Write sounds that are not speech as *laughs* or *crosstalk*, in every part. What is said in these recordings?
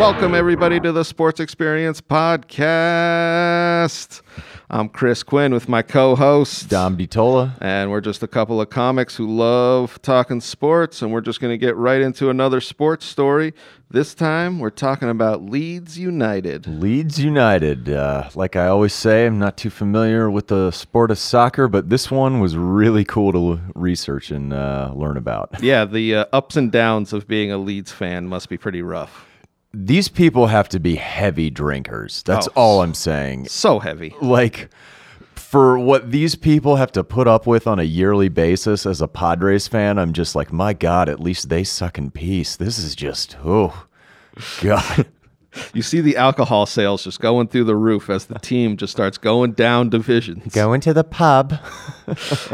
Welcome, everybody, to the Sports Experience Podcast. I'm Chris Quinn with my co host, Dom Ditola. and we're just a couple of comics who love talking sports, and we're just going to get right into another sports story. This time, we're talking about Leeds United. Leeds United. Uh, like I always say, I'm not too familiar with the sport of soccer, but this one was really cool to l- research and uh, learn about. Yeah, the uh, ups and downs of being a Leeds fan must be pretty rough. These people have to be heavy drinkers. That's Oh. all I'm saying. So heavy. Like, for what these people have to put up with on a yearly basis as a Padres fan, I'm just like, my God, at least they suck in peace. This is just, oh, *laughs* God. You see the alcohol sales just going through the roof as the team just starts going down divisions. Going to the pub.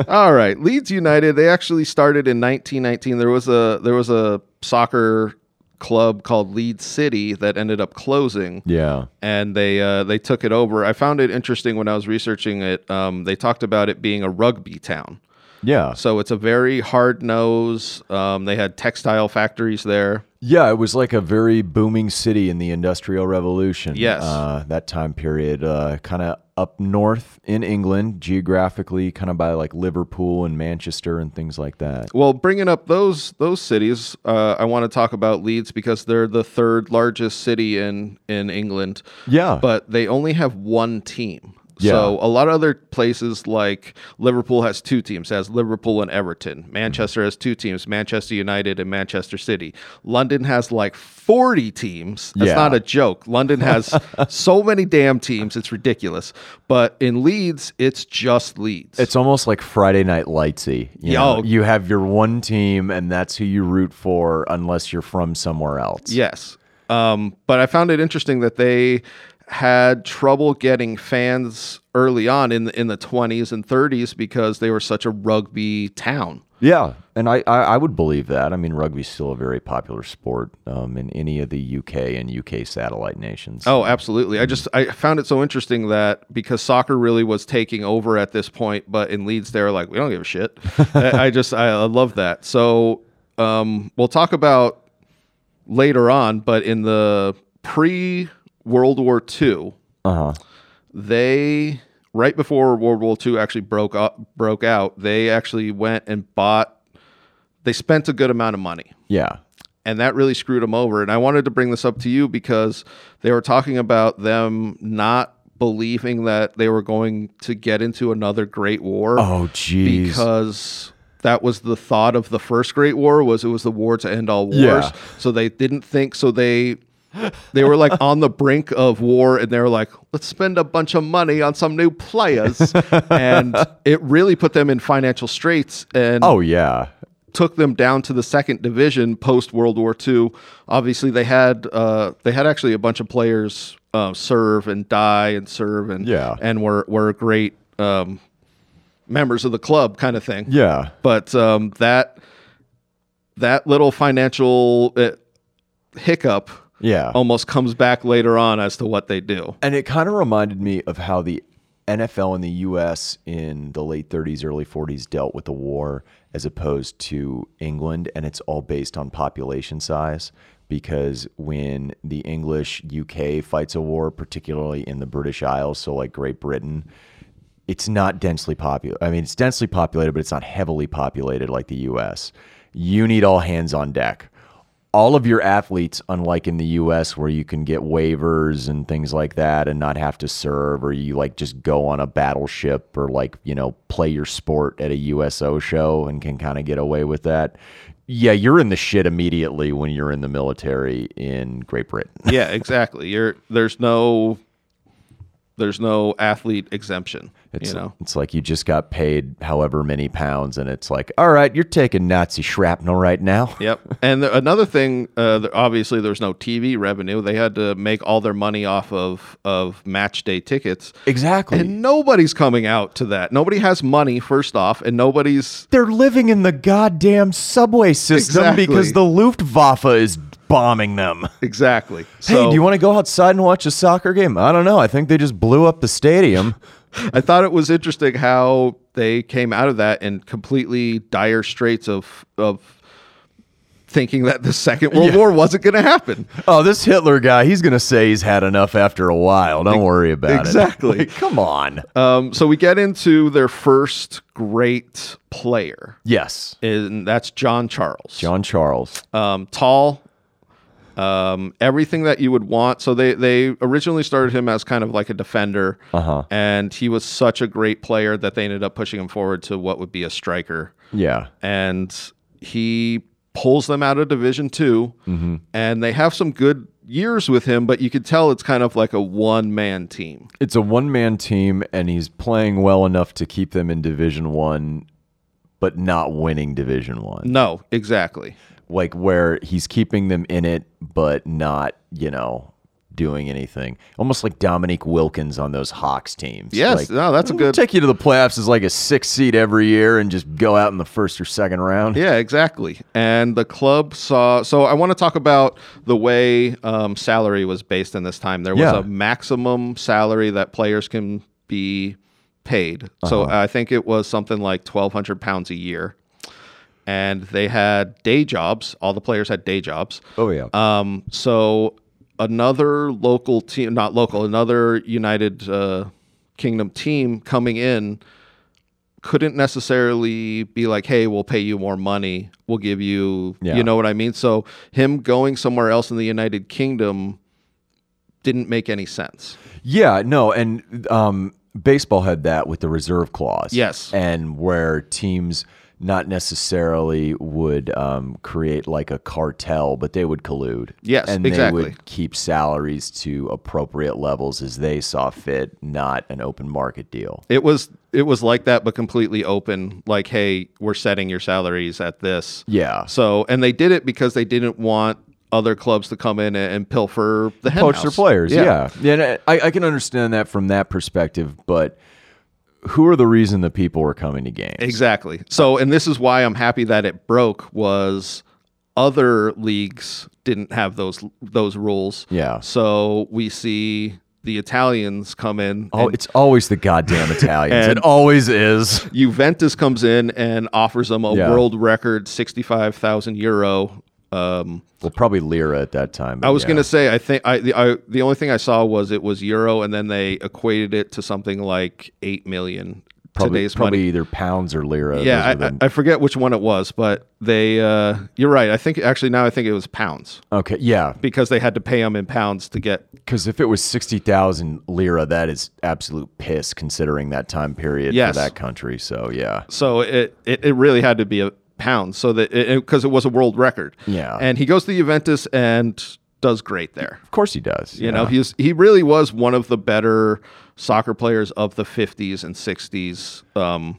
All right, Leeds United. They actually started in 1919. There was a there was a soccer club called Leeds City that ended up closing, Yeah. and they uh, they took it over. I found it interesting when I was researching it. Um, they talked about it being a rugby town, Yeah. so it's a very hard nose. Um, they had textile factories there. Yeah, it was like a very booming city in the Industrial Revolution. Yes. Uh, that time period, uh, kind of up north in England, geographically, kind of by like Liverpool and Manchester and things like that. Well, bringing up those those cities, uh, I want to talk about Leeds because they're the third largest city in in England. Yeah. but they only have one team. Yeah. So a lot of other places like Liverpool has two teams, has Liverpool and Everton. Mm-hmm. Manchester has two teams, Manchester United and Manchester City. London has like 40 teams. That's Yeah. not a joke. London *laughs* has so many damn teams, it's ridiculous. But in Leeds, it's just Leeds. it's almost like Friday Night Lightsy. You, Yo. know? you have your one team, and that's who you root for, unless you're from somewhere else. Yes. Um, but I found it interesting that they had trouble getting fans early on in the, in the 20s and 30s because they were such a rugby town. Yeah, and I, I, I would believe that. I mean, rugby's still a very popular sport um, in any of the UK and UK satellite nations. Oh, absolutely. I just I found it so interesting that because soccer really was taking over at this point, but in Leeds they were like, we don't give a *laughs* shit. I, I just I, I love that. So um, we'll talk about later on, but in the pre World War II, Uh-huh. they right before World War II actually broke up broke out, they actually went and bought. They spent a good amount of money Yeah. and that really screwed them over. And I wanted to bring this up to you because they were talking about them not believing that they were going to get into another Great War Oh, jeez. because that was the thought of the first Great War was it was the war to end all wars. Yeah. So they didn't think so they they were like on the brink of war and they were like let's spend a bunch of money on some new *laughs* players and it really put them in financial straits and Oh yeah, took them down to the second division post World War II. Obviously, they had uh, they had actually a bunch of players uh, serve and die and serve and Yeah. and were were great um, members of the club kind of thing. yeah, But um, that that little financial uh, hiccup yeah. almost comes back later on as to what they do. Um, and it kind of reminded me of how the NFL in the U.S. in the late 30s, early 40s dealt with the war, as opposed to England, and it's all based on population size. Because when the English UK fights a war, particularly in the British Isles, so like Great Britain, it's not densely populated. I mean, it's densely populated, but it's not heavily populated like the U.S. You need all hands on deck. All of your athletes, unlike in the U.S., where you can get waivers and things like that, and not have to serve, or you like just go on a battleship, or like you know play your sport at a USO show and can kind of get away with that. Yeah, you're in the shit immediately when you're in the military in Great Britain. yeah, exactly. You're there's no there's no athlete exemption. It's, you know. it's like you just got paid however many pounds, and it's like, all right, you're taking Nazi shrapnel right now. Yep. And the, another thing, uh, there, obviously, there's no TV revenue. They had to make all their money off of of match day tickets, Exactly. and nobody's coming out to that. Nobody has money, first off, and nobody's they're living in the goddamn subway system Exactly. because the Luftwaffe is bombing them. exactly. hey, do you want to go outside and watch a soccer game? I don't know. I think they just blew up *laughs* the stadium. I thought it was interesting how they came out of that in completely dire straits of of thinking that the Second World War wasn't going to happen. Oh, this Hitler guy, he's going to say he's had enough after a while. Don't worry about exactly. it. Like, *laughs* come on. Um, so we get into their first great player, yes. and that's John Charles. John Charles. um, tall, um, everything that you would want. So they they originally started him as kind of like a defender, Uh-huh. and he was such a great player that they ended up pushing him forward to what would be a striker, Yeah. and he pulls them out of Division 2 Mm-hmm. and they have some good years with him, but you could tell it's kind of like a one man team. It's a one man team and he's playing well enough to keep them in division 1 but not winning division 1. No, exactly. Like where he's keeping them in it but not, you know, doing anything. Almost like Dominique Wilkins on those Hawks teams. Yes, Like, no, that's a We'll good. take you to the playoffs as like a six seed every year and just go out in the first or second round. Yeah, exactly. And the club saw. So I want to talk about the way um, salary was based in this time. There was Yeah. a maximum salary that players can be paid. So Uh-huh. I think it was something like twelve hundred pounds a year. And they had day jobs. All the players had day jobs. Oh yeah. Um, so another local team, not local, another United uh, Kingdom team coming in couldn't necessarily be like, hey, we'll pay you more money. We'll give you, Yeah. you know what I mean? So him going somewhere else in the United Kingdom didn't make any sense. Yeah, no, and um, baseball had that with the reserve clause. Yes. and where teams not necessarily would um, create like a cartel, but they would collude. Yes, and exactly. they would keep salaries to appropriate levels as they saw fit, not an open market deal. It was it was like that, but completely open. Like, hey, we're setting your salaries at this. Yeah, So, and they did it because they didn't want other clubs to come in and, and pilfer the hen poach house. their players. Yeah, yeah, and uh, I, I can understand that from that perspective, but who are the reason the people were coming to games? exactly. So, and this is why I'm happy that it broke was other leagues didn't have those those rules. Yeah. So we see the Italians come in. Oh, and it's always the goddamn Italians. *laughs* And- it always is. Juventus comes in and offers them a Yeah. world record sixty five thousand euro. Um, Well, probably lira at that time. but I was yeah. gonna say I think I the, I the only thing I saw was it was euro, and then they equated it to something like eight million probably, today's probably money. either pounds or lira. Yeah, I, Those were I- the- I forget which one it was, but they. Uh, you're right. I think actually now I think it was pounds okay, yeah, because they had to pay them in pounds to get. because if it was sixty thousand lira, that is absolute piss considering that time period Yes. for that country. So yeah, So it it, it really had to be a pound. So that because it, was a world record. Yeah. and he goes to Juventus and does great there. of course he does. You know, he's he really was one of the better soccer players of the 50s and 60s. Um,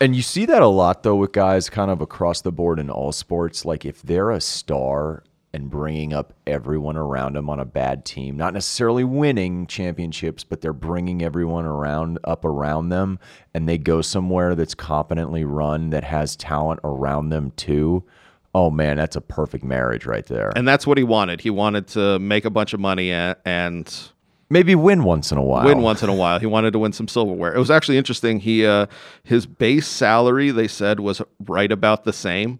And you see that a lot though with guys kind of across the board in all sports. Like if they're a star and bringing up everyone around them on a bad team, not necessarily winning championships, but they're bringing everyone around up around them, and they go somewhere that's competently run that has talent around them too. Oh man, that's a perfect marriage right there. and that's what he wanted. He wanted to make a bunch of money and. and Maybe win once in a while. win once in a while. He wanted to win some silverware. It was actually interesting. He uh, his base salary they said was right about the same,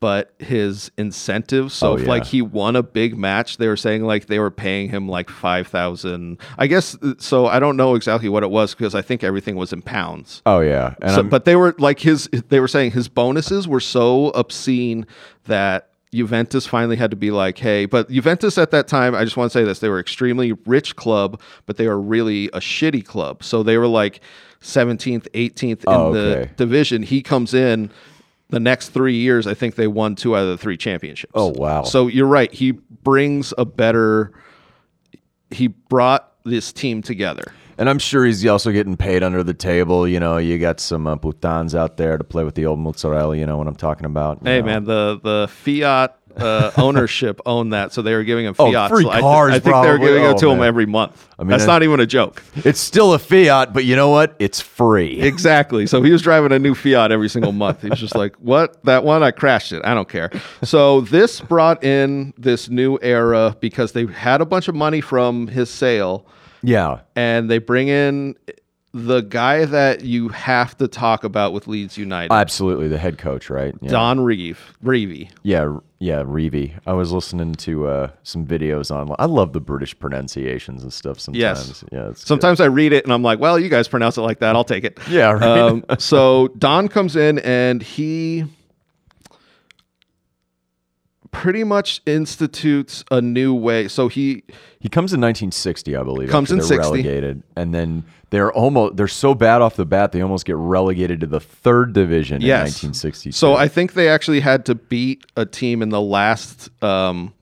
but his incentives. So Oh, if yeah. like he won a big match, they were saying like they were paying him like five thousand. I guess uh, so. I don't know exactly what it was because I think everything was in pounds. Oh yeah, and So, I'm- but they were like his. They were saying his bonuses were so obscene that Juventus finally had to be like, "Hey." But Juventus at that time, I just want to say this: they were extremely rich club, but they were really a shitty club. So they were like seventeenth, eighteenth in Oh, the okay. division. He comes in. The next three years, I think they won two out of the three championships. Oh, wow. So you're right. He brings a better. He brought this team together. And I'm sure he's also getting paid under the table. You know, you got some uh, putans out there to play with the old mozzarella. You know what I'm talking about? you Hey know. man, the the Fiat uh, ownership *laughs* owned that, so they were giving him Oh, Fiat. free so I, cars, I think they were probably. giving it Oh, to him man. every month. mean, That's I- not even a joke. *laughs* It's still a fiat, but you know what? It's free. Exactly. So he was driving a new Fiat every single month. He was just like, "What? That one? I crashed it. I don't care." So this brought in this new era because they had a bunch of money from his sale, yeah. and they bring in the guy that you have to talk about with Leeds United, Absolutely. The head coach, right? Yeah. Don Reeve, Reevey. yeah. r- Yeah, Reeve. I was listening to uh, some videos on. I love the British pronunciations and stuff. Sometimes, Yes. yeah, it's good. Sometimes I read it and I'm like, well, you guys pronounce it like that. I'll take it. *laughs* Yeah, right. Um, so Don comes in and he pretty much institutes a new way. So he, He comes in 1960, I believe. Comes after in they're 60. relegated, and then they're almost they're so bad off the bat they almost get relegated to the third division Yes. in 1962. so I think they actually had to beat a team in the last um,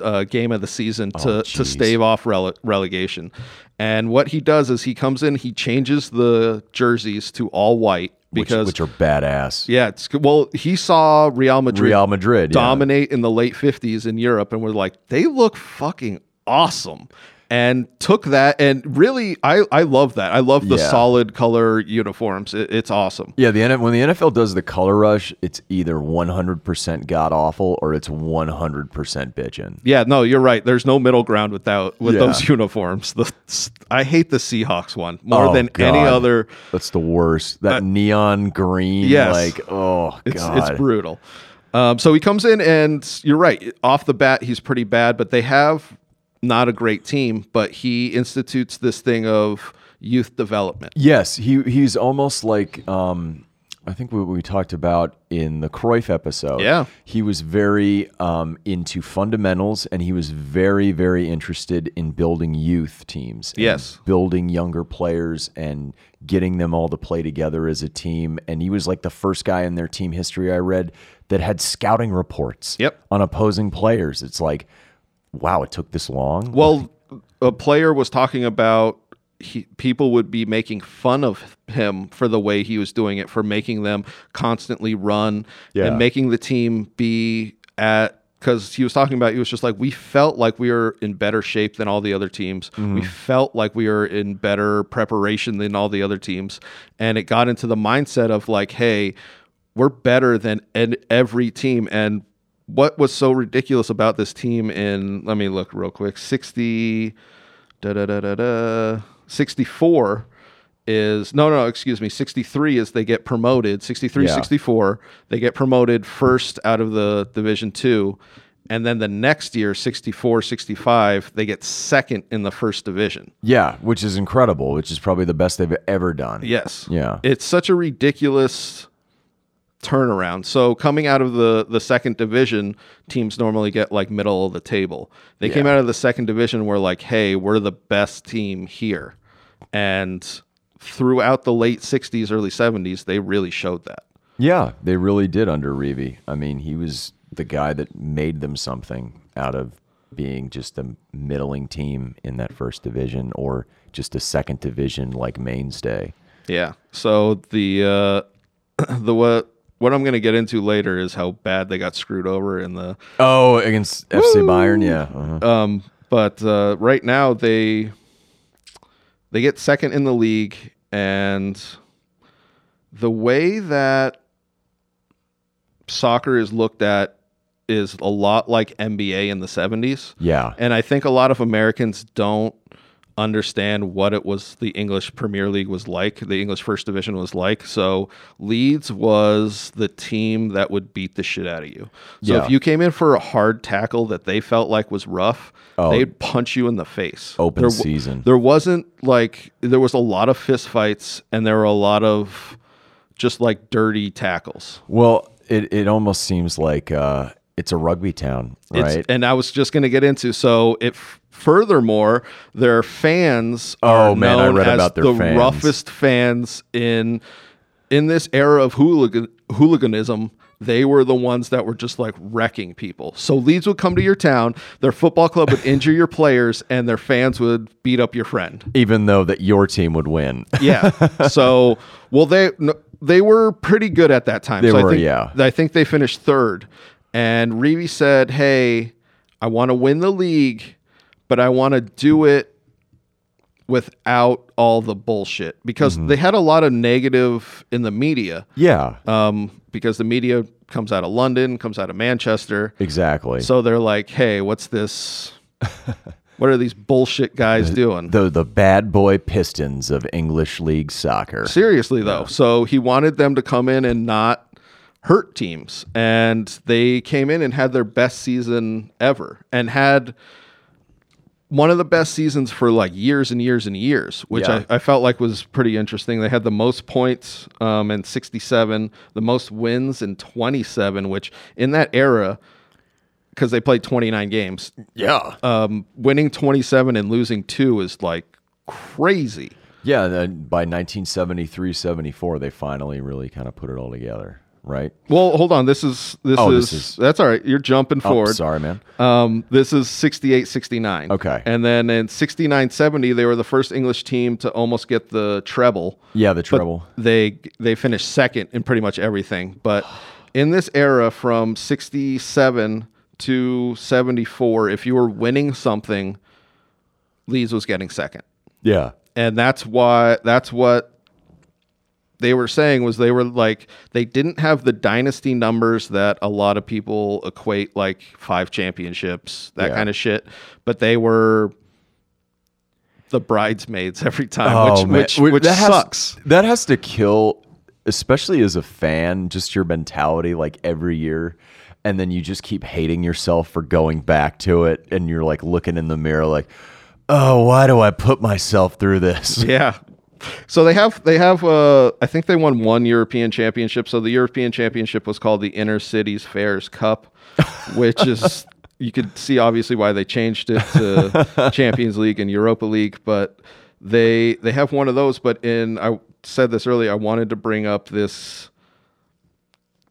uh, game of the season to, to geez. stave off rele- relegation. And what he does is he comes in, he changes the jerseys to all white which, because which are badass. Yeah, it's well, he saw Real Madrid, Real Madrid, yeah. dominate in the late 50s in Europe and were like, they look fucking awesome. And took that and really I I love that. I love the Yeah. solid color uniforms. It- it's awesome. Yeah, the N- when the NFL does the color rush, it's either 100% god awful or it's 100% bitchin'. Yeah, no, you're right. There's no middle ground without with Yeah. those *laughs* uniforms. The I hate the Seahawks one more Oh, than any God. other. That's the worst. That neon green, yes. like oh It's god, it's brutal. Um, so he comes in, and you're right. Off the bat, he's pretty bad, but they have not a great team. But he institutes this thing of youth development. Yes, he he's almost like um, I think what we talked about in the Cruyff episode. Yeah. he was very um, into fundamentals, and he was very very interested in building youth teams. and Yes. building younger players and getting them all to play together as a team. And he was like the first guy in their team history I read that had scouting reports. Yep. on opposing players. It's like, wow, it took this long. Well, a player was talking about he, people would be making fun of him for the way he was doing it, for making them constantly run Yeah. and making the team be at. Because he was talking about, he was just like, we felt like we were in better shape than all the other teams. We felt like we were in better preparation than all the other teams. And it got into the mindset of like, hey, we're better than ed- every team. And what was so ridiculous about this team in, let me look real quick, 60, da da da da da, 64 is, no, no, excuse me, 63 is they get promoted, 63, Yeah. 64, they get promoted first out of the Division Two. And then the next year, 64, 65, they get second in the first division. yeah, which is incredible. Which is probably the best they've ever done. Yes. Yeah. It's such a ridiculous turnaround. So coming out of the the second division, teams normally get like middle of the table. They came out of the second division where like, hey, we're the best team here. And throughout the late 60s, early 70s, they really showed that. Yeah, they really did under Reeve. I mean, he was the guy that made them something out of being just a middling team in that first division or just a second division like mainstay. Yeah. So the uh *clears throat* the what what I'm going to get into later is how bad they got screwed over in the Oh, against FC Bayern, yeah. uh-huh. Um, but uh, right now they they get second in the league, and the way that soccer is looked at is a lot like NBA in the seventies. yeah. And I think a lot of Americans don't understand what it was the English Premier League was like, the English First Division was like. So Leeds was the team that would beat the shit out of you. So Yeah. if you came in for a hard tackle that they felt like was rough, Oh. they'd punch you in the face. Open There season. There wasn't like there was a lot of fist fights and there were a lot of just like dirty tackles. Well, it, it almost seems like uh, it's a rugby town, It's- right? And I was just going to get into so it. f- Furthermore, their fans are Oh, man, I known read as about their the fans. roughest fans in in this era of hooligan, hooliganism. They were the ones that were just like wrecking people. So Leeds would come to your town, their football club would injure your players, and their fans would beat up your friend. Even though that your team would *laughs* win. Yeah. So, well, they no, they were pretty good at that time. They so I were, think, yeah. I think they finished third. And Reeve said, "Hey, I want to win the league, but I want to do it without all the bullshit because Mm-hmm. they had a lot of negative in the media. yeah, Um, because the media comes out of London, comes out of Manchester, exactly. so they're like, "Hey, what's *laughs* this? what are these bullshit guys doing?" the, the bad boy Pistons of English League soccer. Seriously though. So he wanted them to come in and not hurt teams, and they came in and had their best season ever, and had one of the best seasons for like years and years and years, which Yeah. I, I felt like was pretty interesting. They had the most points um, in 67, the most wins in 27, which in that era, because they played 29 games, Yeah. um, winning 27 and losing two is like crazy. yeah. and Then by 1973, 74, they finally really kind of put it all together, right? Well, hold on. This is this, Oh, is, this is- that's all right. You're jumping Oh, forward. sorry, man. Um, this is 68 69. Okay. And then in 69 70, they were the first English team to almost get the treble. Yeah, the But treble. They they finished second in pretty much everything. *sighs* But in this era from 67 to 74, if you were winning something, Leeds was getting second. yeah. And that's why that's what they were saying was they were like they didn't have the dynasty numbers that a lot of people equate like five championships that Yeah. kind of shit but they were the bridesmaids every time which Oh, man. which, Wait, which that has- sucks that has to kill, especially as a fan, just your mentality like every year. And then you just keep hating yourself for going back to it. And you're like looking in the mirror, like, oh, why do I put myself *laughs* through this? Yeah. So they have they have uh I think they won one European championship. So the European championship was called the Inner Cities Fairs Cup, which is you could see obviously why they changed it to Champions League and Europa League, but they they have one of those but in I said this earlier I wanted to bring up this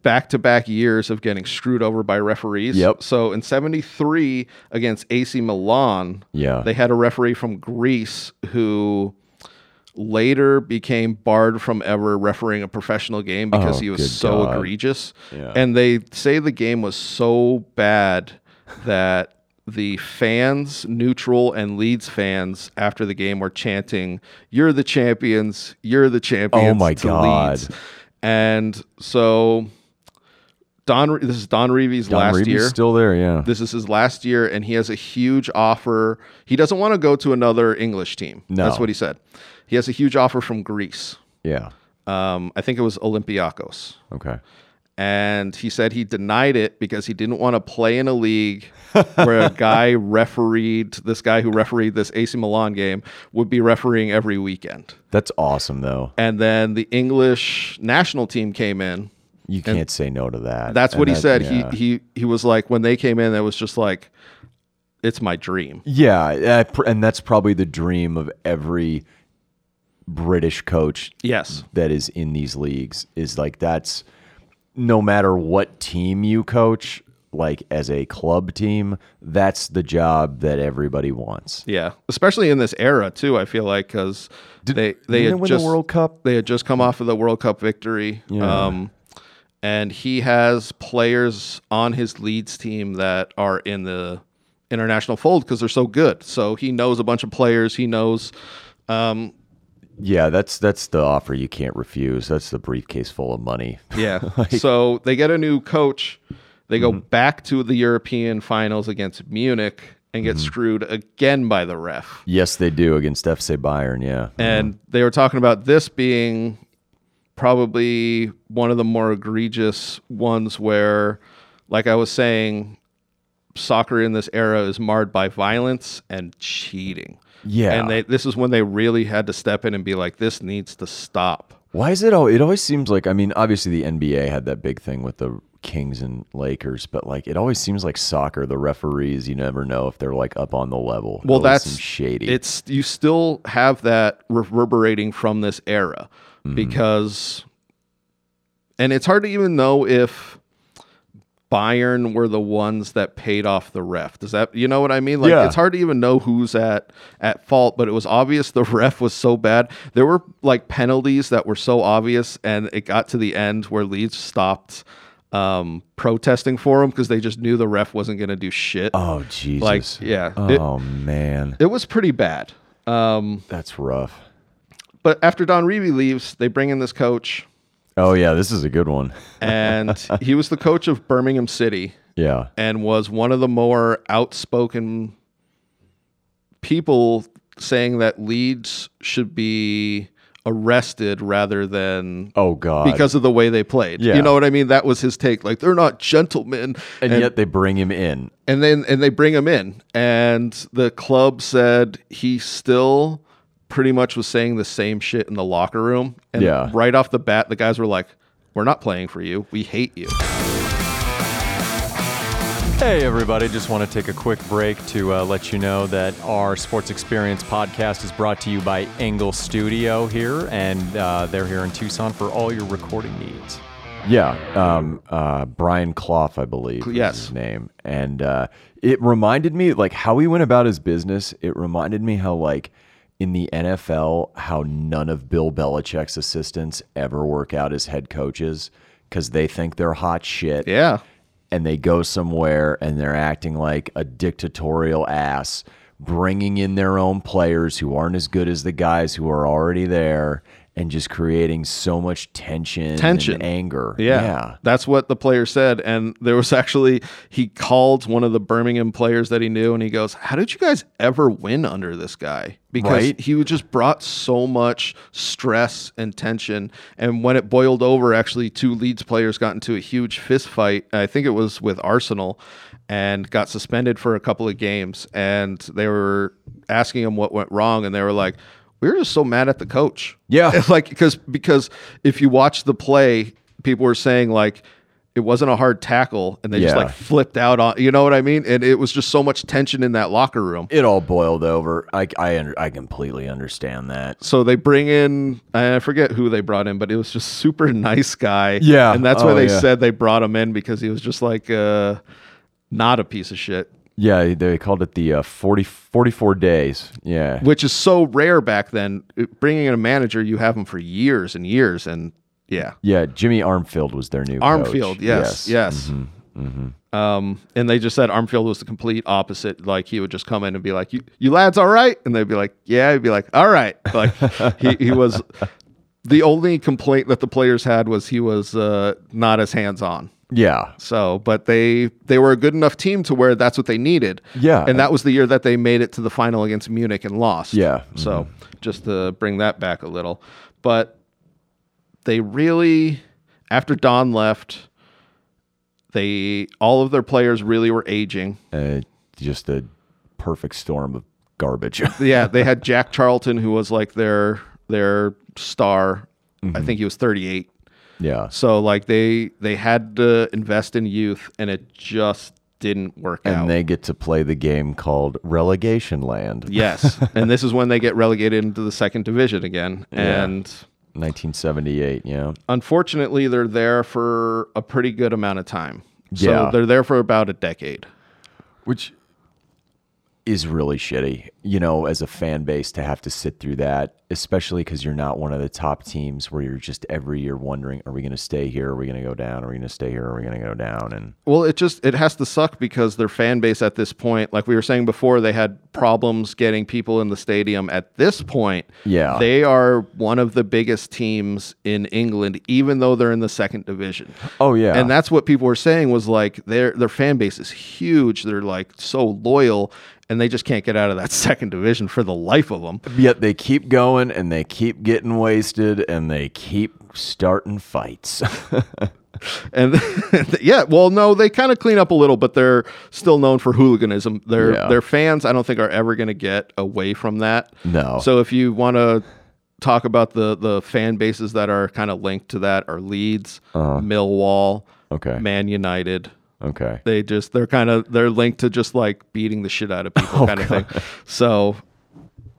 back to back years of getting screwed over by referees. Yep. So in 73 against AC Milan, Yeah. they had a referee from Greece who later became barred from ever refereeing a professional game because Oh, he good was so God. egregious. Yeah. And they say the game was so bad that the fans, neutral and Leeds fans, after the game were chanting, You're the champions, you're the champions. my to God. Leeds. And so Don Re- this is Don Reeves' Don last Reeves year. still there, yeah. This is his last year, and he has a huge offer. He doesn't want to go to another English team. No. That's what he said. He has a huge offer from Greece. yeah. Um, I think it was Olympiacos. Okay. And he said he denied it because he didn't want to play in a *laughs* league where a guy refereed, this guy who refereed this AC Milan game would be refereeing every weekend. That's awesome, though. And then the English national team came in. You can't say no to that. That's what And he said. that- yeah. He, he, he was like, when they came in, it was just like, it's my dream. Yeah, uh, pr- and that's probably the dream of every British coach Yes. that is in these leagues is like that's no matter what team you coach, like as a club team, that's the job that everybody wants. Yeah, especially in this era too. I feel like because they they didn't had they win the just World Cup? they had just come off of the World Cup victory. Yeah. Um, and he has players on his Leeds team that are in the international fold because they're so good. So he knows a bunch of players. He knows. Um, Yeah, that's that's the offer you can't refuse. That's the briefcase full of money. yeah. *laughs* *laughs* so they get a new coach. They go Mm-hmm. back to the European finals against Munich and Mm-hmm. get screwed again by the ref. Yes, they do against FC Bayern. Yeah, and they were talking about this being probably one of the more egregious ones where like i was saying soccer in this era is marred by violence and cheating yeah. and they this is when they really had to step in and be like this needs to stop Why is it all? It always seems like I mean, obviously the NBA had that big thing with the Kings and Lakers, but like it always seems like soccer, the referees, you never know if they're like up on the level. It well always that's seems shady. it's you still have that reverberating from this era Mm-hmm. because and it's hard to even know if Bayern were the ones that paid off the ref. Does that you know what I mean? Like Yeah. it's hard to even know who's at at fault, but it was obvious the *laughs* ref was so bad. There were like penalties that were so obvious and it got to the end where Leeds stopped um protesting for him because they just knew the ref wasn't going to do shit. oh Jesus! like yeah. It- oh man, it was pretty bad. Um, that's rough. but after Don Revie leaves, they bring in this coach, Oh yeah, this is a good one. *laughs* and he was the coach of Birmingham City Yeah, and was one of the more outspoken people saying that Leeds should be arrested rather than Oh God. because of the way they played. Yeah. You know what I mean? That was his take. Like they're not gentlemen. and, yet they bring him in. and then and they bring him in. And the club said he still pretty much was saying the same shit in the locker room. And Yeah. right off the bat, the guys were like, We're not playing for you. We hate you. Hey, everybody. Just want to take a quick break to uh, let you know that our Sports Experience podcast is brought to you by Engel Studio here, and uh, they're here in Tucson for all your recording needs. Yeah. Um, uh, Brian Clough, I believe. is Yes. his name. And uh, it reminded me, like, how he went about his business. It reminded me how, like, in the NFL, how none of Bill Belichick's assistants ever work out as head coaches because they think they're hot shit Yeah. and they go somewhere and they're acting like a dictatorial ass, bringing in their own players who aren't as good as the guys who are already there and just creating so much tension, Tension. and anger. Yeah. That's what the player said. And there was *laughs* actually, he called one of the Birmingham players that he knew and he goes, How did you guys ever win under this guy? Because Right. he would just brought so much stress and tension. And when it boiled over, actually, two Leeds players got into a huge fist fight. I think it was with Arsenal and got suspended for a couple of games. And they were asking him what went wrong. And they were like, we were just so mad at the coach. Yeah. *laughs* like because because if you watch the play, people were saying like it wasn't a hard tackle, and they just Yeah. like flipped out on. You know what I mean? And it was just so much tension in that locker room. It all boiled over. I, I, under- I completely understand that. So they bring in I forget who they brought in, but it was just super nice guy. Yeah. and that's why Oh, they yeah. said they brought him in because he was just like uh, not a piece of shit, Yeah, they called it the uh, 40, 44 days. Yeah. which is so rare back then. Bringing in a manager, you have him for years and years, and yeah, Yeah, Jimmy Armfield was their new Armfield, coach. Mm-hmm. yes, yes. Um, and they just said Armfield was the complete opposite. Like he would just come in and be like, "You, you lads, all right?" And they'd be like, "Yeah." He'd be like, "All right." Like he, he *laughs* was. The only complaint that the players had was he was uh, not as hands on. Yeah. So, but they they were a good enough team to where that's what they needed. Yeah. and that was the year that they made it to the final against Munich and lost. Yeah. Mm-hmm. So, just to bring that back a little, but they really after Don left, they all of their players really were *laughs* aging. Uh, just a perfect storm of garbage. *laughs* Yeah, they had Jack Charlton who was like their their star. I Mm-hmm. think he was 38. yeah. So like they they had to invest in youth and it just didn't work out. and they get to play the game called relegation land Yes. and this is when they get relegated into the second division again. And 1978 yeah unfortunately, they're there for a pretty good amount of time. So Yeah. they're there for about a decade. which is really shitty you know as a fan base to have to sit through that especially because you're not one of the top teams where you're just every year wondering are we going to stay here are we going to go down are we going to stay here are we going to go down and Well, it just it has to suck because their fan base at this point, like we were saying before, they had problems getting people in the stadium. At this point, Yeah. they are one of the biggest teams in England, even though they're in the second division. oh yeah And that's what people were saying was like their their fan base is huge. They're like so loyal, and they just can't get out of that *laughs* second division for the life of them. yet they keep going and they keep getting wasted and they keep starting fights *laughs* And *laughs* yeah, well, no, they kind of clean up a little, but they're still known for hooliganism. Their Yeah. their fans, I don't think, are ever going to get away from that. No. So if you want to talk about the the fan bases that are kind of linked to that, are Leeds, Millwall, Uh-huh. Okay. Man United. okay they just they're kind of they're linked to just like beating the shit out of people *laughs* Oh, kind of thing so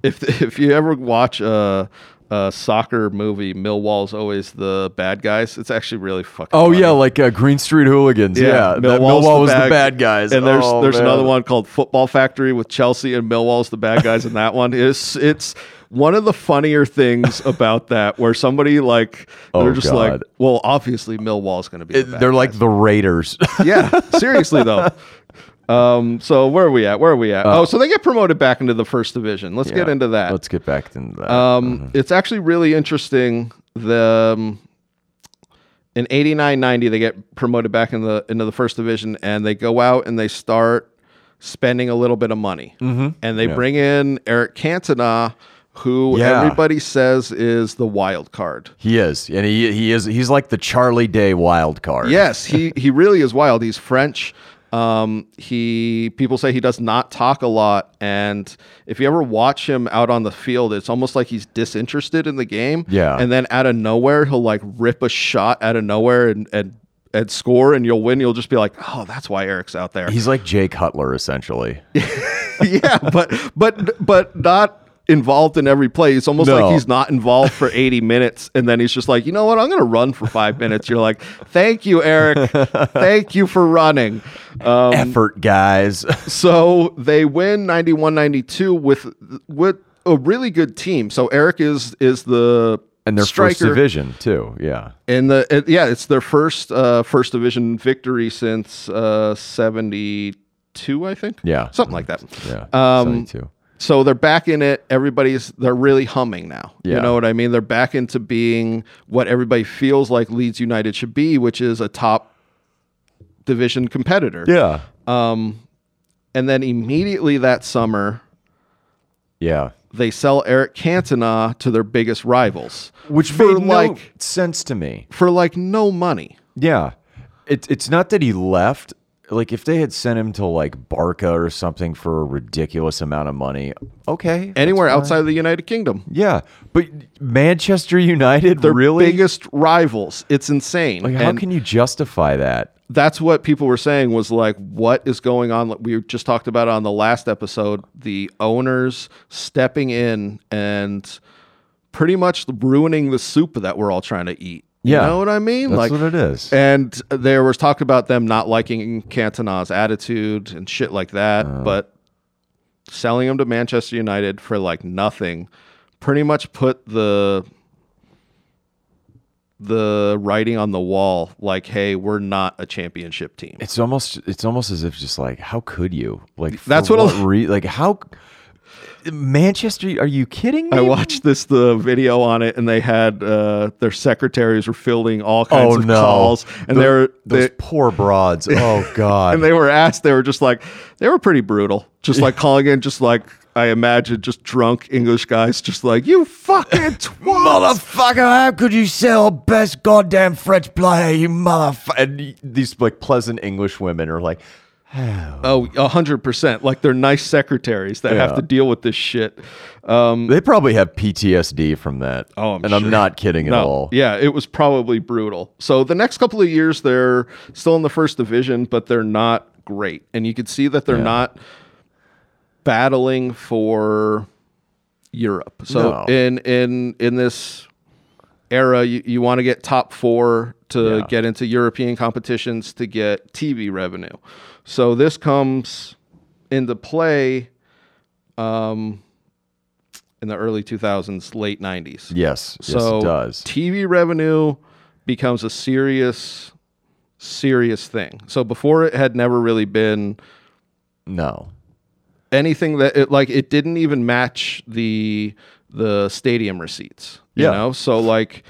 if if you ever watch a, a soccer movie millwall's always the bad guys it's actually really fucking Oh funny. yeah, like uh, Green Street Hooligans. Yeah, that Millwall's Millwall was the bad guys. and there's Oh, there's man. another one called Football Factory with Chelsea and Millwall's the bad guys in that one. It's it's one of the funnier *laughs* things about that where somebody like they're Oh, just God. like, well, obviously Millwall's going to be. It- the bad they're guys." like the Raiders. *laughs* yeah, seriously though. Um, so where are we at? Where are we at? Uh, oh, so they get promoted back into the first division. Let's get into that. Let's get back into that. um, It's actually really interesting. The um, in 89 90 they get promoted back in the into the first division and they go out and they start spending a little bit of money and they bring in Eric Cantona who Yeah. everybody says is the wild card. He is, and he he is. He's like the Charlie Day wild card. Yes, he he really is wild. He's French. Um, he people say he does not talk a lot, and if you ever watch him out on the field, it's almost like he's disinterested in the game. Yeah. and then out of nowhere, he'll like rip a shot out of nowhere and and and score, and you'll win. You'll just be like, oh, that's why Eric's out there. he's like Jake Cutler essentially. *laughs* yeah, but but but not involved in every play. It's almost No. like he's not involved for *laughs* 80 minutes and then he's just like, "You know what? I'm going to run for 5 minutes." You're like, "Thank you, Eric. Thank you for running." Um, Effort guys. so they win 91-92 with with a really good team. So Eric is is the *laughs* and their first striker division too. Yeah. and the it, yeah, it's their first uh first division victory since uh 72, I think. Yeah. Something like that. Yeah. Um, 72. so they're back in it. Everybody's they're really humming now. Yeah. You know what I mean? They're back into being what everybody feels like Leeds United should be, which is a top division competitor. Yeah. And then immediately that summer, Yeah. they sell Eric Cantona to their biggest rivals. Which for made no like sense to me. for like no money. Yeah. It's it's not that he left. Like if they had sent him to like Barca or something for a ridiculous amount of money, okay. Anywhere outside of the United Kingdom. yeah. But Manchester United Their really biggest rivals. It's insane. like how And- can you justify that? that's what people were saying was like what is going on Like, we just talked about it on the last episode the owners stepping in and pretty much ruining the soup that we're all trying to eat Yeah. you know what i mean That's like what it is. and there was talk about them not liking cantona's attitude and shit like that Uh. but selling him to manchester united for like nothing pretty much put the the writing on the wall like hey we're not a championship team It's almost it's almost as if just like how could you like for That's what *laughs* a- re- like how Manchester are you kidding me? I watched this the video on it, and they had uh, their secretaries were fielding all kinds oh of no! calls, and Tho- they were those they, *laughs* poor broads. Oh god! and they were asked. They were just like they were pretty brutal, just like calling in, just like I imagine, just drunk English guys, just like you fucking twat. Motherfucker, how could you sell best goddamn French player, you motherfucker? And y- these like pleasant English women are like, Oh, a hundred percent. Like they're nice secretaries that have Yeah. to deal with this shit. Um, they probably have PTSD from that. Oh, I'm and sure. I'm not kidding at all. Yeah, it was probably brutal. So the next couple of years, they're still in the first division, but they're not great, and you can see that they're not battling for Europe. So No. in in in this era, you, you want to get top four to Yeah. get into European competitions to get TV revenue. So this comes into play. Um, in the early 2000s, late 90s. Yes, yes, So it does. TV revenue becomes a serious, serious thing. So before it had never really been No, anything that it like it didn't even match the the stadium receipts. You Yeah. know? So like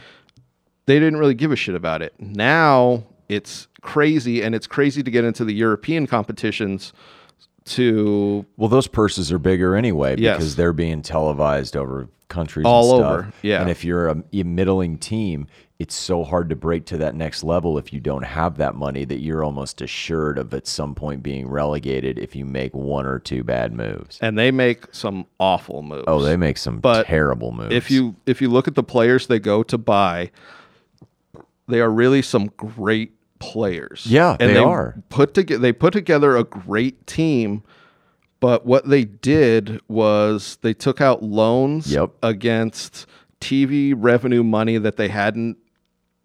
they didn't really give a shit about it. Now it's crazy and it's crazy to get into the European competitions to Well, those purses are bigger anyway Yes. because they're being televised over countries and All stuff. over, yeah. And if you're a, a middling team, it's so hard to break to that next level if you don't have that money that you're almost assured of at some point being relegated if you make one or two bad moves. and they make some awful moves. Oh, they make some But terrible moves. if you if you look at the players they go to buy, they are really some great players. Yeah, they are. Put together they put together a great team, but what they did was they took out loans Yep. against TV revenue money that they hadn't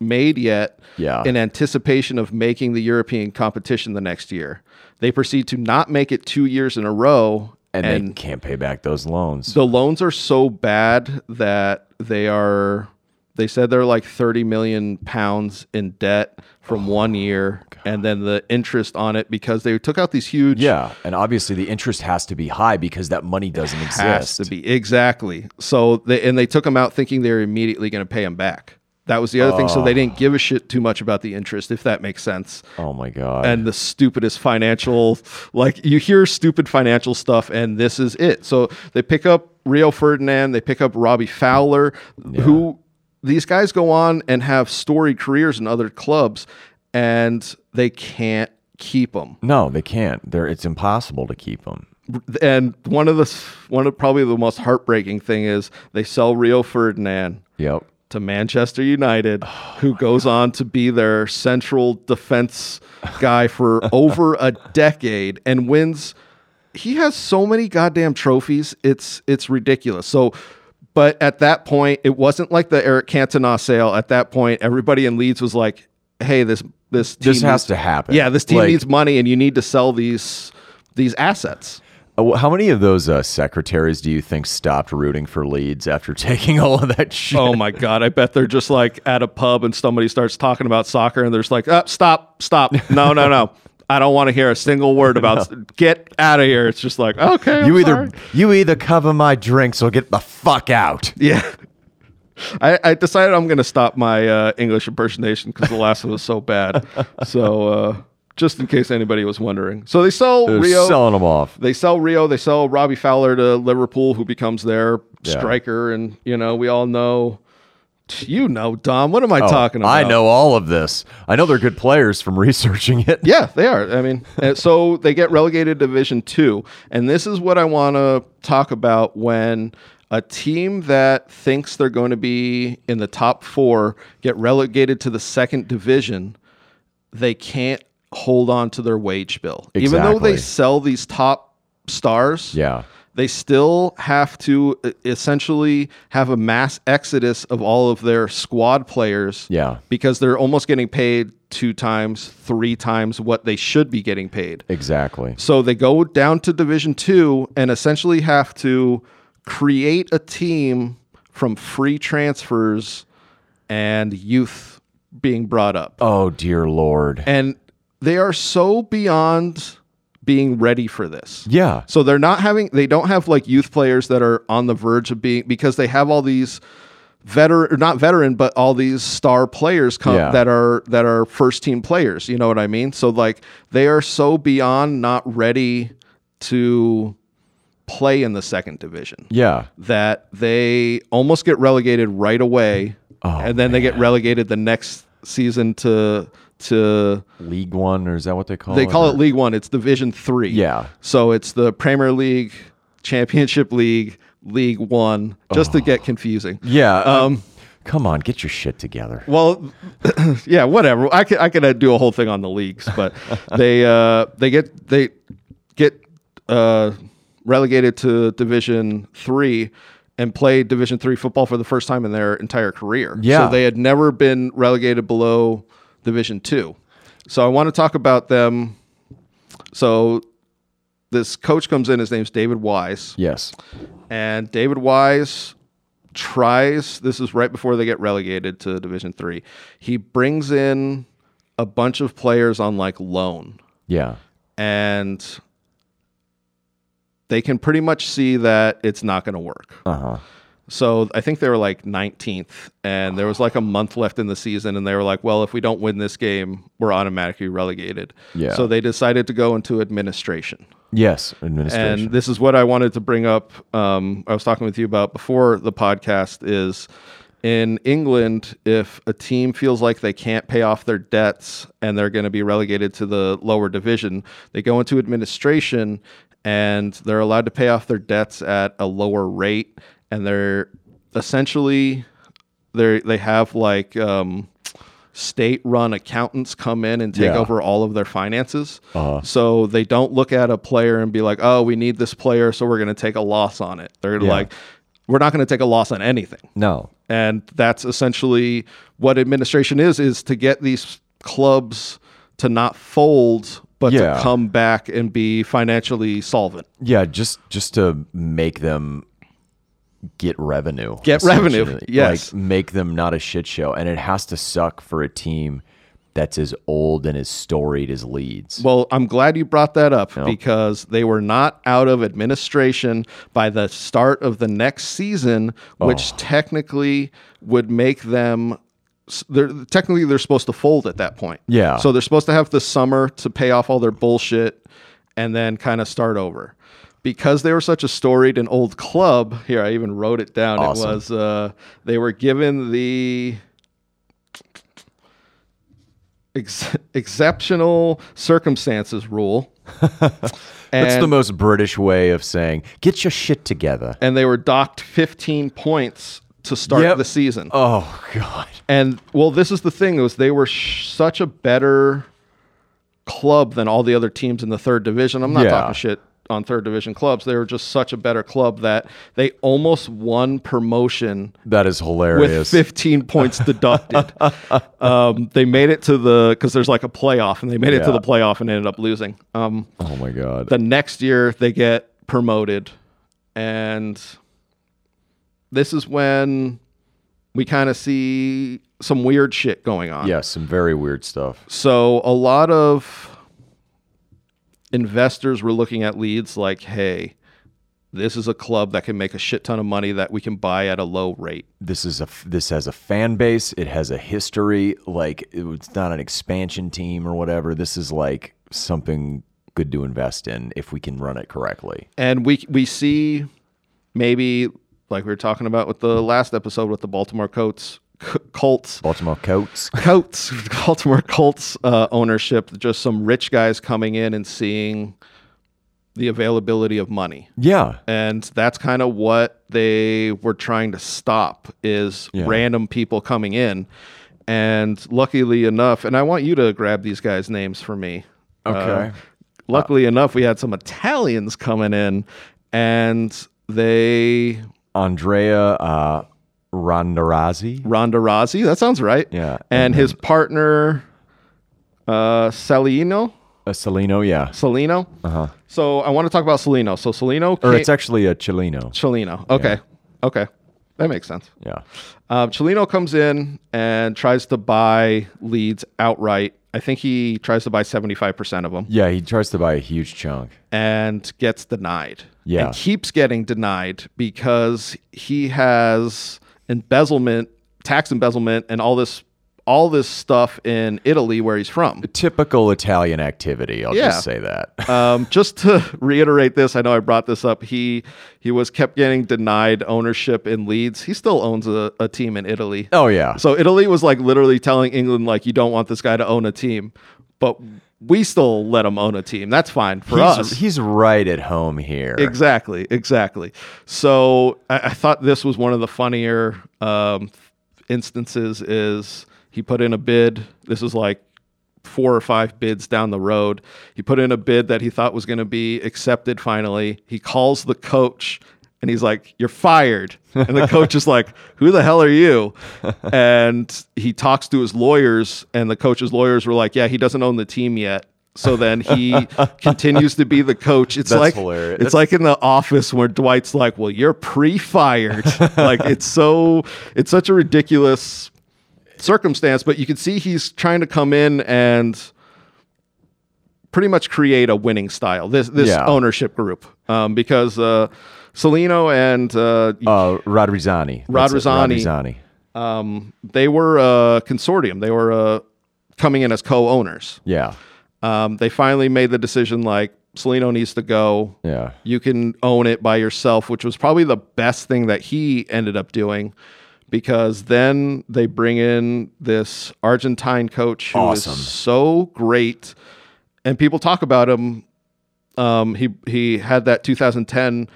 made yet Yeah. in anticipation of making the European competition the next year. They proceed to not make it 2 years in a row and, they can't pay back those loans. the loans are so bad that they are they said they're like 30 million pounds in debt from one year and then the interest on it because they took out these huge yeah, and obviously the interest has to be high because that money doesn't has exist. to be exactly so they and they took them out thinking they're immediately going to pay them back that was the other thing so they didn't give a shit too much about the interest if that makes sense Oh my god. and the stupidest financial like you hear stupid financial stuff and this is it so they pick up Rio Ferdinand. They pick up Robbie Fowler, who these guys go on and have storied careers in other clubs, and they can't keep them. No, they can't. They're, it's impossible to keep them. And one of the one of probably the most heartbreaking thing is they sell Rio Ferdinand Yep. to Manchester United, Oh who goes on to be their central defense guy *laughs* for over a decade and wins. He has so many goddamn trophies. It's it's ridiculous. So, but at that point, it wasn't like the Eric Cantona sale. At that point, everybody in Leeds was like, "Hey, this this team This has needs- to happen. yeah, this team Like, needs money, and you need to sell these these assets." uh, wh- How many of those uh, secretaries do you think stopped rooting for Leeds after *laughs* taking all of that *laughs* shit? Oh my god! I bet they're just like at a pub and somebody starts talking about soccer and they're just like, oh, "Stop! Stop! No! No! No! I don't want to hear a single word about. Get out of here!" It's just like, okay, you I'm either sorry." you either cover my drinks or get the fuck out. yeah. I, I decided I'm going to stop my uh, English impersonation because the last one was so bad. So uh, just in case anybody was wondering, so they sell They're Rio. selling them off. they sell Rio. They sell Robbie Fowler to Liverpool, who becomes their striker, and you know we all know. You know, Dom. What am I talking about? Oh, I know all of this. I know they're good players from *laughs* researching it. Yeah, they are. I mean, *laughs* uh, so they get relegated to Division Two, and this is what I want to talk about when a team that thinks they're going to be in the top four get relegated to the second division. They can't hold on to their wage bill, even though Exactly. they sell these top stars. Yeah. They still have to uh, essentially have a mass exodus of all of their squad players Yeah. because they're almost getting paid two times, three times what they should be getting paid. Exactly. So they go down to Division Two and essentially have to create a team from free transfers and youth being brought up. Oh dear lord. And they are so beyond being ready for this. Yeah. So they're not having they don't have like youth players that are on the verge of being because they have all these veteran or not veteran but all these star players come Yeah. that are that are first team players, you know what I mean? So like they are so beyond not ready to play in the second division Yeah. that they almost get relegated right away and then they get relegated the next season to to League One or is that what they call they it? call it League One. It's Division Three. Yeah. So it's the Premier League, Championship League, League One, just to get confusing. Yeah. Um come on, get your shit together. Well, *clears throat* yeah, whatever. I could I could uh, do a whole thing on the leagues, but they uh, they get they get uh, relegated to Division Three and play Division Three football for the first time in their entire career. Yeah. so they had never been relegated below Division Two. So I want to talk about them. So this coach comes in. His name's David Wise Yes. and David Wise tries this is right before they get relegated to division 3 he brings in a bunch of players on like loan Yeah. and they can pretty much see that it's not going to work Uh-huh. so i think they were like 19th and there was like a month left in the season and they were like well if we don't win this game we're automatically relegated Yeah. so they decided to go into administration Yes. Administration. and this is what I wanted to bring up. Um, I was talking with you about before the podcast is in England, if a team feels like they can't pay off their debts and they're going to be relegated to the lower division, they go into administration and they're allowed to pay off their debts at a lower rate. And they're essentially they they have like um, state run accountants come in and take Yeah. Uh-huh. over all of their finances. So they don't look at a player and be like, "Oh, we need this player, so we're going to take a loss on it." They're like, "We're not going to take a loss on anything." no. And that's essentially what administration is is to get these clubs to not fold but Yeah. to come back and be financially solvent. Yeah, just just to make them get revenue. Get revenue, essentially. *laughs* yes. Like make them not a shit show. And it has to suck for a team that's as old and as storied as Leeds. Well, I'm glad you brought that up because they were not out of administration by the start of the next season, Oh. which technically would make them. s- They're technically they're supposed to fold at that point. Yeah. So they're supposed to have the summer to pay off all their bullshit and then kind of start over. because they were such a storied and old club. Here, I even wrote it down. Awesome. It was uh, they were given the ex- exceptional circumstances rule. *laughs* That's the And- most British way of saying get your shit together. and they were docked 15 points to start Yep. the season. Oh God. And well, this is the thing was they were sh- such a better club than all the other teams in the third division. I'm not Yeah. talking shit on third division clubs. They were just such a better club that they almost won promotion That is with hilarious. 15 points *laughs* deducted. um, they made it to the because there's like a playoff, and they made it to Yeah. the playoff and ended up losing. Um, oh my God. the next year they get promoted and this is when we kind of see some weird shit going on yeah, some very weird stuff. so a lot of investors were looking at leads like hey this is a club that can make a shit ton of money that we can buy at a low rate This is a f- this has a fan base. It has a history. Like it was- it's not an expansion team or whatever. This is like something good to invest in if we can run it correctly. and we we see maybe like we were talking about with the last episode with the Baltimore Colts Colts Baltimore Colts. Colts, Baltimore Colts uh, ownership, just some rich guys coming in and seeing the availability of money. Yeah. And that's kind of what they were trying to stop is Yeah. random people coming in. And luckily enough, and I want you to grab these guys' names for me. Okay. Uh, luckily enough, we had some Italians coming in and they Andrea uh, Rondarazzi. Ronda Rousey, that sounds right. Yeah. And his partner uh Salino. A Salino, yeah. Salino. Uh-huh. So I want to talk about Salino. So Salino Or came- it's actually a Chileno. Chelino. Okay. Okay. That makes sense. Yeah. Um, Chelino comes in and tries to buy leads outright. I think he tries to buy 75% of them Yeah, he tries to buy a huge chunk. and gets denied. Yeah. And keeps getting denied because he has embezzlement, tax embezzlement, and all this all this stuff in Italy where he's from. Typical Italian activity, I'll Yeah. just say that. um, just to *laughs* reiterate this, I know I brought this up. He he was kept getting denied ownership in Leeds. He still owns a, a team in Italy. oh yeah. So Italy was like literally telling England like you don't want this guy to own a team, but we still let him own a team. That's fine for he's, us. he's right at home here. Exactly, exactly. So I, I thought this was one of the funnier um, instances. Is he put in a bid? This is like four or five bids down the road. He put in a bid that he thought was going to be accepted. Finally, he calls the coach. And he's like, "You're fired." And the coach is like, "Who the hell are *laughs* you?" And he talks to his lawyers, and the coach's lawyers were like, "Yeah, he doesn't own the team yet." So then *laughs* he continues to be the coach. It's That's like hilarious. it's like in the office where Dwight's like, "Well, you're *laughs* pre-fired." like it's so it's such a ridiculous circumstance, but you can see he's trying to come in and pretty much create a winning style. This this Yeah. ownership group um, because uh, Salino and uh, Uh Rodrizzani. Rod That's it, Rizzani. Rodrizzani. um, they were a consortium. They were uh, coming in as co-owners. Yeah. Um, they finally made the decision like Salino needs to go. Yeah. You can own it by yourself, which was probably the best thing that he ended up doing because then they bring in this Argentine coach who is Awesome. so great and people talk about him. Um, he he had that 2010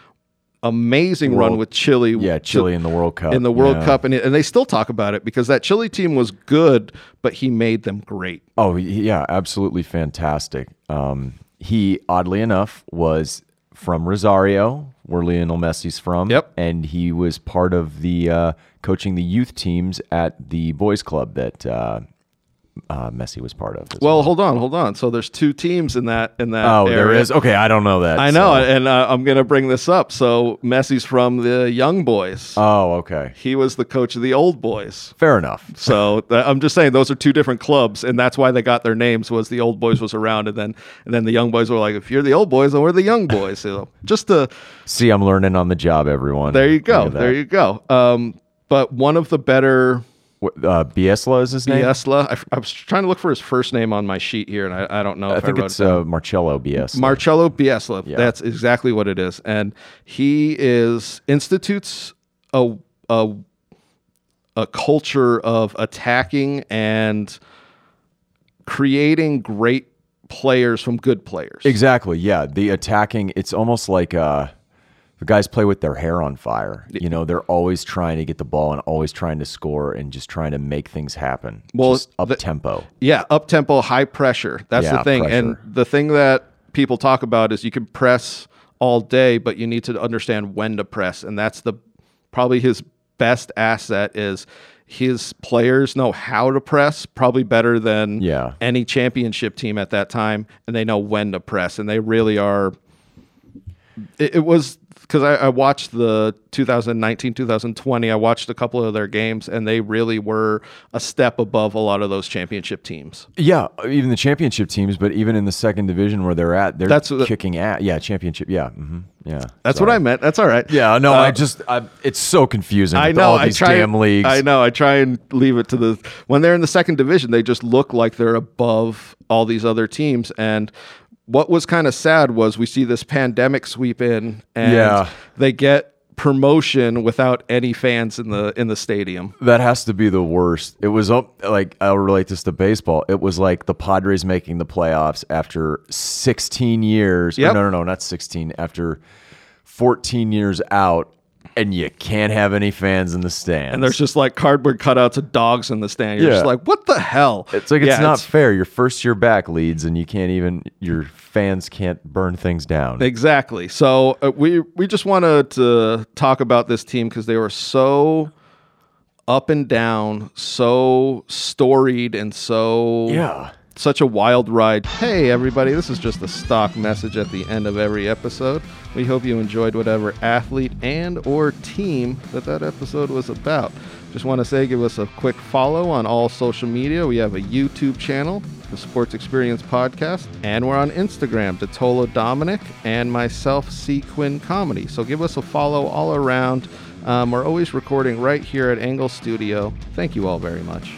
amazing run World- with Chile. Yeah, Chile in the World Cup. in the World Yeah. Cup and it- and they still talk about it because that Chile team was good, but he made them great. Oh yeah, absolutely fantastic. Um, he oddly enough was from Rosario, where Lionel Messi's from. Yep. and he was part of the uh, coaching the youth teams at the boys' club that uh, uh, Messi was part of. as Well, hold on, hold on. So there's two teams in that in that. well. oh, there area. is. Okay, I don't know that. I know, so- and uh, I'm gonna bring this up. So Messi's from the young boys. Oh, okay. he was the coach of the old boys. Fair enough. *laughs* So th- I'm just saying those are two different clubs, and that's why they got their names. Was the old boys was around, and then and then the young boys were like, if you're the old boys, then we're the *laughs* young boys. So just to See, I'm learning on the job, everyone. There you Look go. at that. There you go. Um, but one of the better What, uh, Biesla is his name. Biesla. I, f- I was trying to look for his first name on my sheet here, and I, I don't know I if think I wrote it's it. uh, Marcello Biesla. Marcello Biesla. Yeah. That's exactly what it is. And he is institutes a a a culture of attacking and creating great players from good players. Exactly. Yeah. The attacking, it's almost like uh, the guys play with their hair on fire. You know, they're always trying to get the ball and always trying to score and just trying to make things happen. Well, just up tempo. Yeah, up tempo, high pressure. That's Yeah, the thing. pressure. And the thing that people talk about is you can press all day, but you need to understand when to press. And that's the probably his best asset is his players know how to press probably better than Yeah. any championship team at that time and they know when to press and they really are it, it was because I, I watched the 2019 2020 i watched a couple of their games and they really were a step above a lot of those championship teams Yeah. Even the championship teams, but even in the second division where they're at, they're That's what- kicking at. Yeah. Championship. Yeah. hmm Yeah. that's what i meant that's all right Yeah. No, Uh, I just, I, it's so confusing. I with know. All I these try. damn leagues. I know. I try and leave it to the when they're in the second division. They just look like they're above all these other teams. And what was kind of sad was we see this pandemic sweep in, and Yeah. they get promotion without any fans in the in the stadium. That has to be the worst. It was up like I'll relate this to baseball. It was like the Padres making the playoffs after 16 years. or Yep. No, no, no, not 16. After 14 years out, and you can't have any fans in the stands. And there's just like cardboard cutouts of dogs in the stand. You're just Yeah. like, what the hell? it's like it's Yeah, not fair. Your first year back leads, and you can't even your fans can't burn things down. Exactly. So uh, we we just wanted to talk about this team because they were so up and down, so storied, and so yeah. such a wild ride. Hey everybody, this is just a stock message at the end of every episode. We hope you enjoyed whatever athlete and or team that that episode was about. Just want to say give us a quick follow on all social media. We have a YouTube channel, the Sports Experience Podcast, and we're on Instagram, Tolo Dominic and myself C Quinn Comedy. So give us a follow all around. Um, we're always recording right here at Angle Studio. Thank you all very much.